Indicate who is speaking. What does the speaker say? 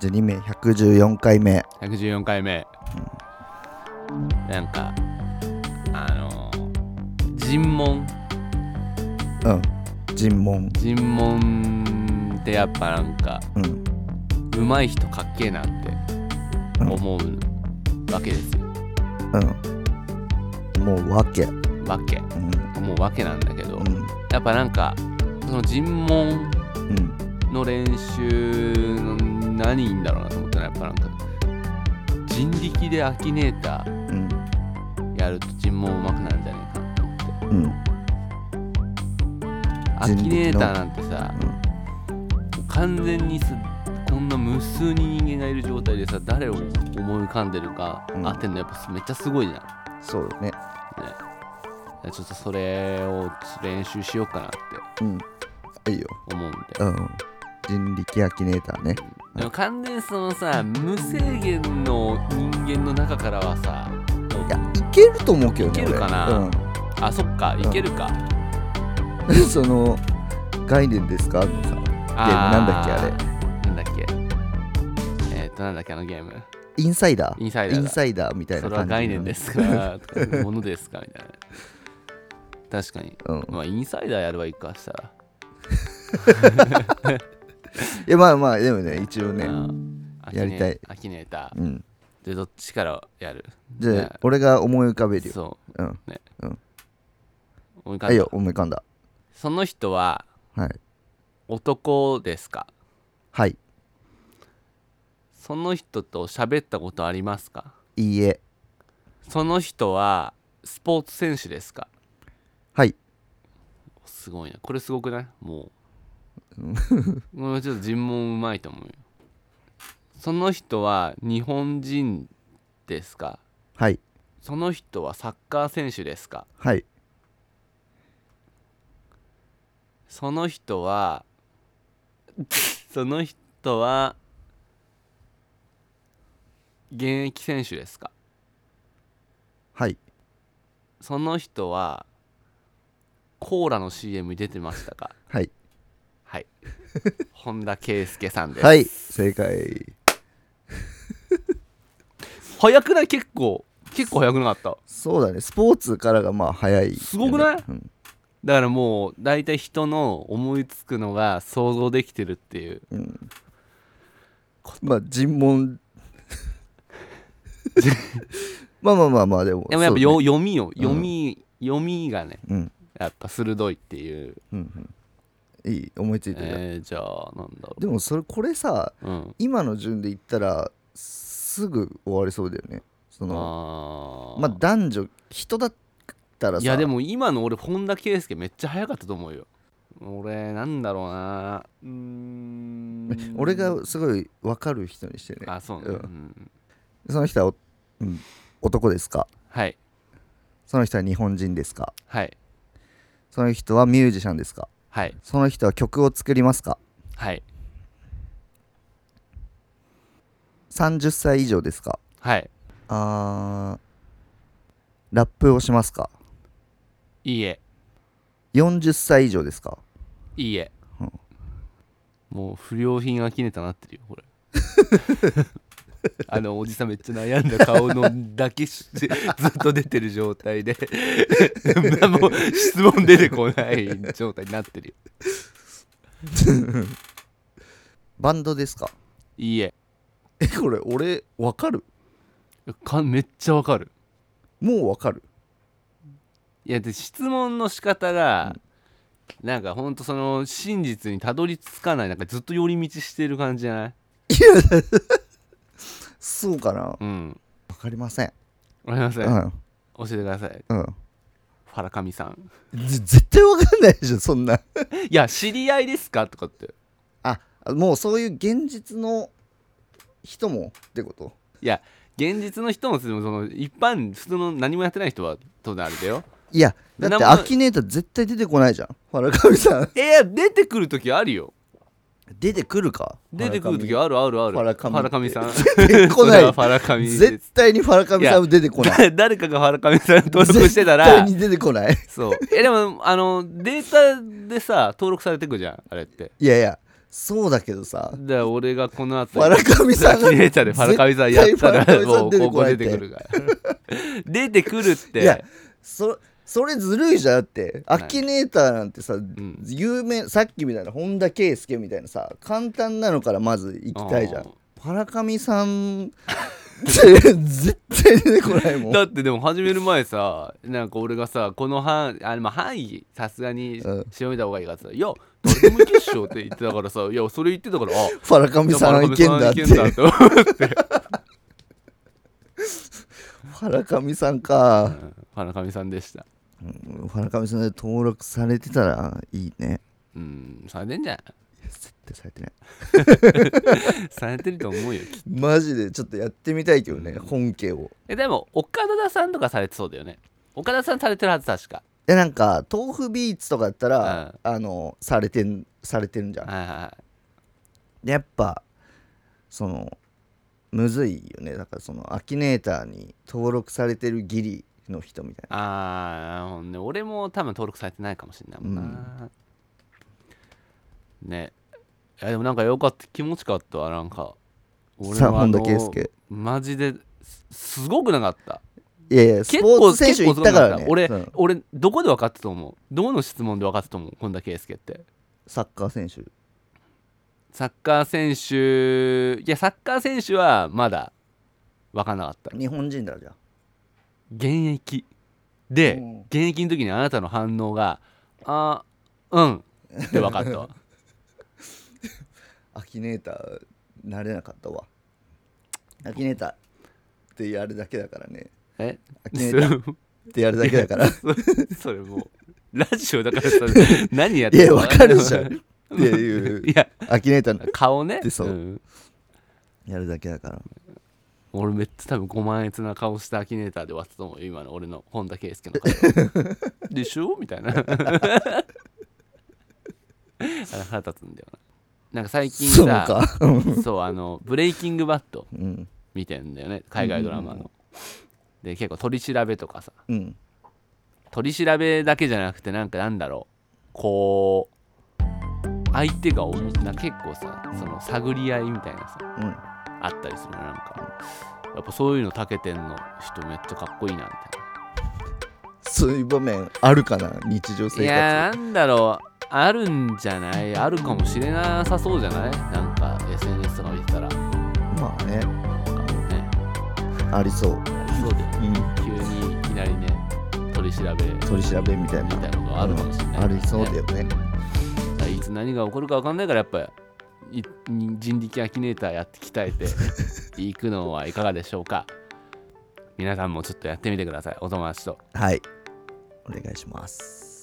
Speaker 1: 132名114回目
Speaker 2: 114回目、なんかあのー尋問
Speaker 1: うん尋問
Speaker 2: 尋問ってやっぱなんか
Speaker 1: うん
Speaker 2: 上手い人かっけえなって思うわけですよ、
Speaker 1: うんもうわけう
Speaker 2: わけ
Speaker 1: ん
Speaker 2: 思うわけなんだけど、
Speaker 1: うん
Speaker 2: やっぱなんかその尋問
Speaker 1: うん
Speaker 2: の練習の何いいんだろうなと思ったらやっぱなんか人力でアキネーター
Speaker 1: うん
Speaker 2: やると尋問上手くなるんじゃないかなと思って
Speaker 1: うん
Speaker 2: アキ
Speaker 1: 人力の
Speaker 2: ネーターなんてさ完全にすこんな無数に人間がいる状態でさ誰を思い浮かんでるか
Speaker 1: うん
Speaker 2: 当てんのやっぱめっちゃすごいじゃん、
Speaker 1: そうだね
Speaker 2: ねちょっとそれを練習しようかなって
Speaker 1: うんいいよ
Speaker 2: 思うんで
Speaker 1: うん人力アキネーターね
Speaker 2: でも完全にそのさ無制限の人間の中からはさ
Speaker 1: いやいけると思うけどね
Speaker 2: いけるかな
Speaker 1: 俺
Speaker 2: あそっかいけるか、
Speaker 1: うん、 その概念ですかのさなんだっけあれ
Speaker 2: れなんだっけえーっとなんだっけあのゲーム
Speaker 1: インサイダー
Speaker 2: インサイダーだ
Speaker 1: インサイダーみたい
Speaker 2: そ
Speaker 1: な感じ
Speaker 2: れは概念ですか ものですかみたいな確かに
Speaker 1: うん
Speaker 2: まあインサイダーやればいいかしたら
Speaker 1: いやまあまあでもね一応ね
Speaker 2: うん
Speaker 1: やりたい
Speaker 2: アキネーター
Speaker 1: うん
Speaker 2: でどっちからやる
Speaker 1: じゃ
Speaker 2: ね
Speaker 1: あ俺が思い浮かべるよ
Speaker 2: そ
Speaker 1: うん
Speaker 2: う思い浮かん
Speaker 1: あい
Speaker 2: だ
Speaker 1: いよ思い浮かんだ
Speaker 2: その人は
Speaker 1: はい
Speaker 2: 男ですか
Speaker 1: はい
Speaker 2: その人と喋ったことありますか
Speaker 1: いいえ
Speaker 2: その人はスポーツ選手ですか
Speaker 1: はい
Speaker 2: すごいなこれすごくないも うもうちょっと尋問うまいと思うよその人は日本人ですか
Speaker 1: はい
Speaker 2: その人はサッカー選手ですか
Speaker 1: はい
Speaker 2: その人はその人は現役選手ですか
Speaker 1: はい
Speaker 2: その人はコーラの CM に出てましたか
Speaker 1: はい
Speaker 2: はい本田圭佑さんです、
Speaker 1: はい正解
Speaker 2: 早くない結構結構早くなかった
Speaker 1: そうだねスポーツからがまあ早いよね、
Speaker 2: すごくない
Speaker 1: うん
Speaker 2: だからもう大体人の思いつくのが想像できてるっていう
Speaker 1: うんまあ尋問 まあまあまあまあでも
Speaker 2: でもやっぱ
Speaker 1: そう
Speaker 2: よ、読みよ
Speaker 1: うん
Speaker 2: 読み、読みがね
Speaker 1: ね
Speaker 2: やっぱ鋭いっていう、
Speaker 1: うんうんうんいい思いついてる、
Speaker 2: えー、じゃあなんだろう
Speaker 1: でもそれこれさ
Speaker 2: うん
Speaker 1: 今の順で言ったらすぐ終わりそうだよねその
Speaker 2: あー
Speaker 1: まあ男女人だったらさ
Speaker 2: いやでも今の俺本田圭佑めっちゃ早かったと思うよ俺なんだろうなうーん
Speaker 1: 俺がすごい分かる人にしてね
Speaker 2: あそうね、
Speaker 1: う
Speaker 2: うんん
Speaker 1: その人はお、うん、男ですか
Speaker 2: はい
Speaker 1: その人は日本人ですか
Speaker 2: はい
Speaker 1: その人はミュージシャンですか
Speaker 2: はい
Speaker 1: その人は曲を作りますか
Speaker 2: はい
Speaker 1: 30歳以上ですか
Speaker 2: はい
Speaker 1: あーラップをしますか
Speaker 2: いいえ
Speaker 1: 40歳以上ですか
Speaker 2: いいえ、
Speaker 1: うん
Speaker 2: もう不良品アキネタなってるよこれ あのおじさんめっちゃ悩んだ顔のだけし ずっと出てる状態で もう質問出てこない状態になってるよ
Speaker 1: バンドですか
Speaker 2: いいえ
Speaker 1: えこれ俺分かる
Speaker 2: かめっちゃわかる
Speaker 1: もう分かる
Speaker 2: いやで質問の仕方が、なんかほんとその真実にたどり着かないなんかずっと寄り道してる感じじゃない
Speaker 1: そうかな
Speaker 2: うん
Speaker 1: 分かりません
Speaker 2: わかりません、
Speaker 1: うん
Speaker 2: 教えてください
Speaker 1: うん
Speaker 2: ファラカミさん
Speaker 1: ぜ絶対分かんないでしょそんない
Speaker 2: や知り合いですかとかって
Speaker 1: あもうそういう現実の人もってこと
Speaker 2: いや現実の人もその一般普通の何もやってない人は当然あれだよ
Speaker 1: いやだってア
Speaker 2: なんも
Speaker 1: キネーター絶対出てこないじゃん原上さん
Speaker 2: いや出てくる時あるよ
Speaker 1: 出てくるか
Speaker 2: 出てくる時
Speaker 1: は
Speaker 2: あるあるある
Speaker 1: ファラカミ
Speaker 2: ファラカミさん
Speaker 1: 出てこな
Speaker 2: それはいファラカミです
Speaker 1: 絶対に原上さんは出てこない
Speaker 2: だ誰かがファラカミさん 登録してたら
Speaker 1: 絶対に出てこない
Speaker 2: そうえでもあのデータでさ登録されてくじゃんあれって
Speaker 1: いやいやそうだけどさ
Speaker 2: だから俺がこの後
Speaker 1: わらかみさん
Speaker 2: キ
Speaker 1: が
Speaker 2: ネーターでファラカミさんやった
Speaker 1: 絶対
Speaker 2: ら
Speaker 1: ファラカ
Speaker 2: も
Speaker 1: ミ
Speaker 2: う
Speaker 1: さん
Speaker 2: ここ
Speaker 1: 出
Speaker 2: 出て
Speaker 1: て
Speaker 2: く
Speaker 1: こ
Speaker 2: るから 出てくるって
Speaker 1: いやそそれずるいじゃんだってア
Speaker 2: い
Speaker 1: キネーターなんてさ、
Speaker 2: ん
Speaker 1: 有名さっきみたいな本田圭佑みたいなさ簡単なのからまず行きたいじゃ
Speaker 2: あー
Speaker 1: んパラカミさ んって絶対出てこないもん
Speaker 2: だってでも始める前さなんか俺がさこの範あまあ範囲さすがに
Speaker 1: うん
Speaker 2: 調べた方がいいからさ「いや誰でもいけっしょ」って言ってたからさいやそれ言ってたからあ
Speaker 1: パラカミさんいけんだって
Speaker 2: と思って
Speaker 1: パラカミさんか
Speaker 2: 花上さんでした
Speaker 1: うんパラカミさんで登録されてたらいいね
Speaker 2: うんされてんじゃん
Speaker 1: いや絶対されてない
Speaker 2: されてると思うよきっと
Speaker 1: マジでちょっとやってみたいけどね本家を
Speaker 2: えでも岡田さんとかされてそうだよね岡田さんされてるはず確か
Speaker 1: でなんか豆腐ビーツとかだったら、あのされてんされてるんじゃん
Speaker 2: はいはいはい
Speaker 1: でやっぱそのむずいよねだからそのアキネーターに登録されてるギリの人みたいな
Speaker 2: あーなるほどね俺も多分登録されてないかもしれないもんな、ねいやでもなんかよかった気持ちよかったわなんか俺
Speaker 1: さあ
Speaker 2: もあ
Speaker 1: 本
Speaker 2: の
Speaker 1: 田圭佑
Speaker 2: マジですすごくなかった
Speaker 1: いやいやス
Speaker 2: 結
Speaker 1: ポ
Speaker 2: 構
Speaker 1: ーツ選手行ったから
Speaker 2: 結構すごく
Speaker 1: ね
Speaker 2: なかった俺、
Speaker 1: うん
Speaker 2: 俺どこで分かったと思うどの質問で分かったと思う本田圭佑って
Speaker 1: サッカー選手
Speaker 2: サッカー選手いやサッカー選手はまだ分かんなかった
Speaker 1: 日本人だじゃ
Speaker 2: 現役で、
Speaker 1: うん
Speaker 2: 現役の時にあなたの反応が「あうん」って分かっ たわ
Speaker 1: あアキネーターなれなかったわアキネーターってやるだけだからね
Speaker 2: え
Speaker 1: アキネーター
Speaker 2: そ
Speaker 1: ってやるだけだから
Speaker 2: それもうラジオだ からさ何やっ
Speaker 1: い
Speaker 2: て
Speaker 1: やわかるじゃんっ
Speaker 2: い
Speaker 1: ていう
Speaker 2: や
Speaker 1: アキネーターの
Speaker 2: 顔ね
Speaker 1: でそうんやるだけだから
Speaker 2: 俺めっちゃ多分ご満悦な顔したアキネーターで終わったと思う今の俺の本田圭佑 の顔でしょみたいな あれ腹立つんだよななんか最近
Speaker 1: そう
Speaker 2: さ
Speaker 1: かうん
Speaker 2: そうあのブレイキングバット
Speaker 1: うん
Speaker 2: 見てんだよね海外ドラマので結構取り調べとかさ
Speaker 1: うん
Speaker 2: 取り調べだけじゃなくてなんかなんだろうこう相手が思った結構さその探り合いみたいなさ
Speaker 1: うん
Speaker 2: あったりするのなんかやっぱそういうのたけてんの人めっちゃかっこいいなみ
Speaker 1: そういう場面あるかな日常
Speaker 2: た
Speaker 1: 生
Speaker 2: いないや
Speaker 1: 活
Speaker 2: ーなんだろうあるんじゃないあるかもしれなさそうじゃないなんか SNS とか見てたらなん
Speaker 1: まあね
Speaker 2: かね
Speaker 1: ありそう、
Speaker 2: そうだよね
Speaker 1: うん、
Speaker 2: 急にいきなりね取り調べ
Speaker 1: 取り調べみたい
Speaker 2: み
Speaker 1: な
Speaker 2: たいなのがあるかもしれない、
Speaker 1: うんありそうだよね
Speaker 2: だからいつ何が起こるか分かんないからやっぱい人力アキネーターやって鍛えていくのはいかがでしょうか皆さんもちょっとやってみてくださいお友達と
Speaker 1: はいお願いします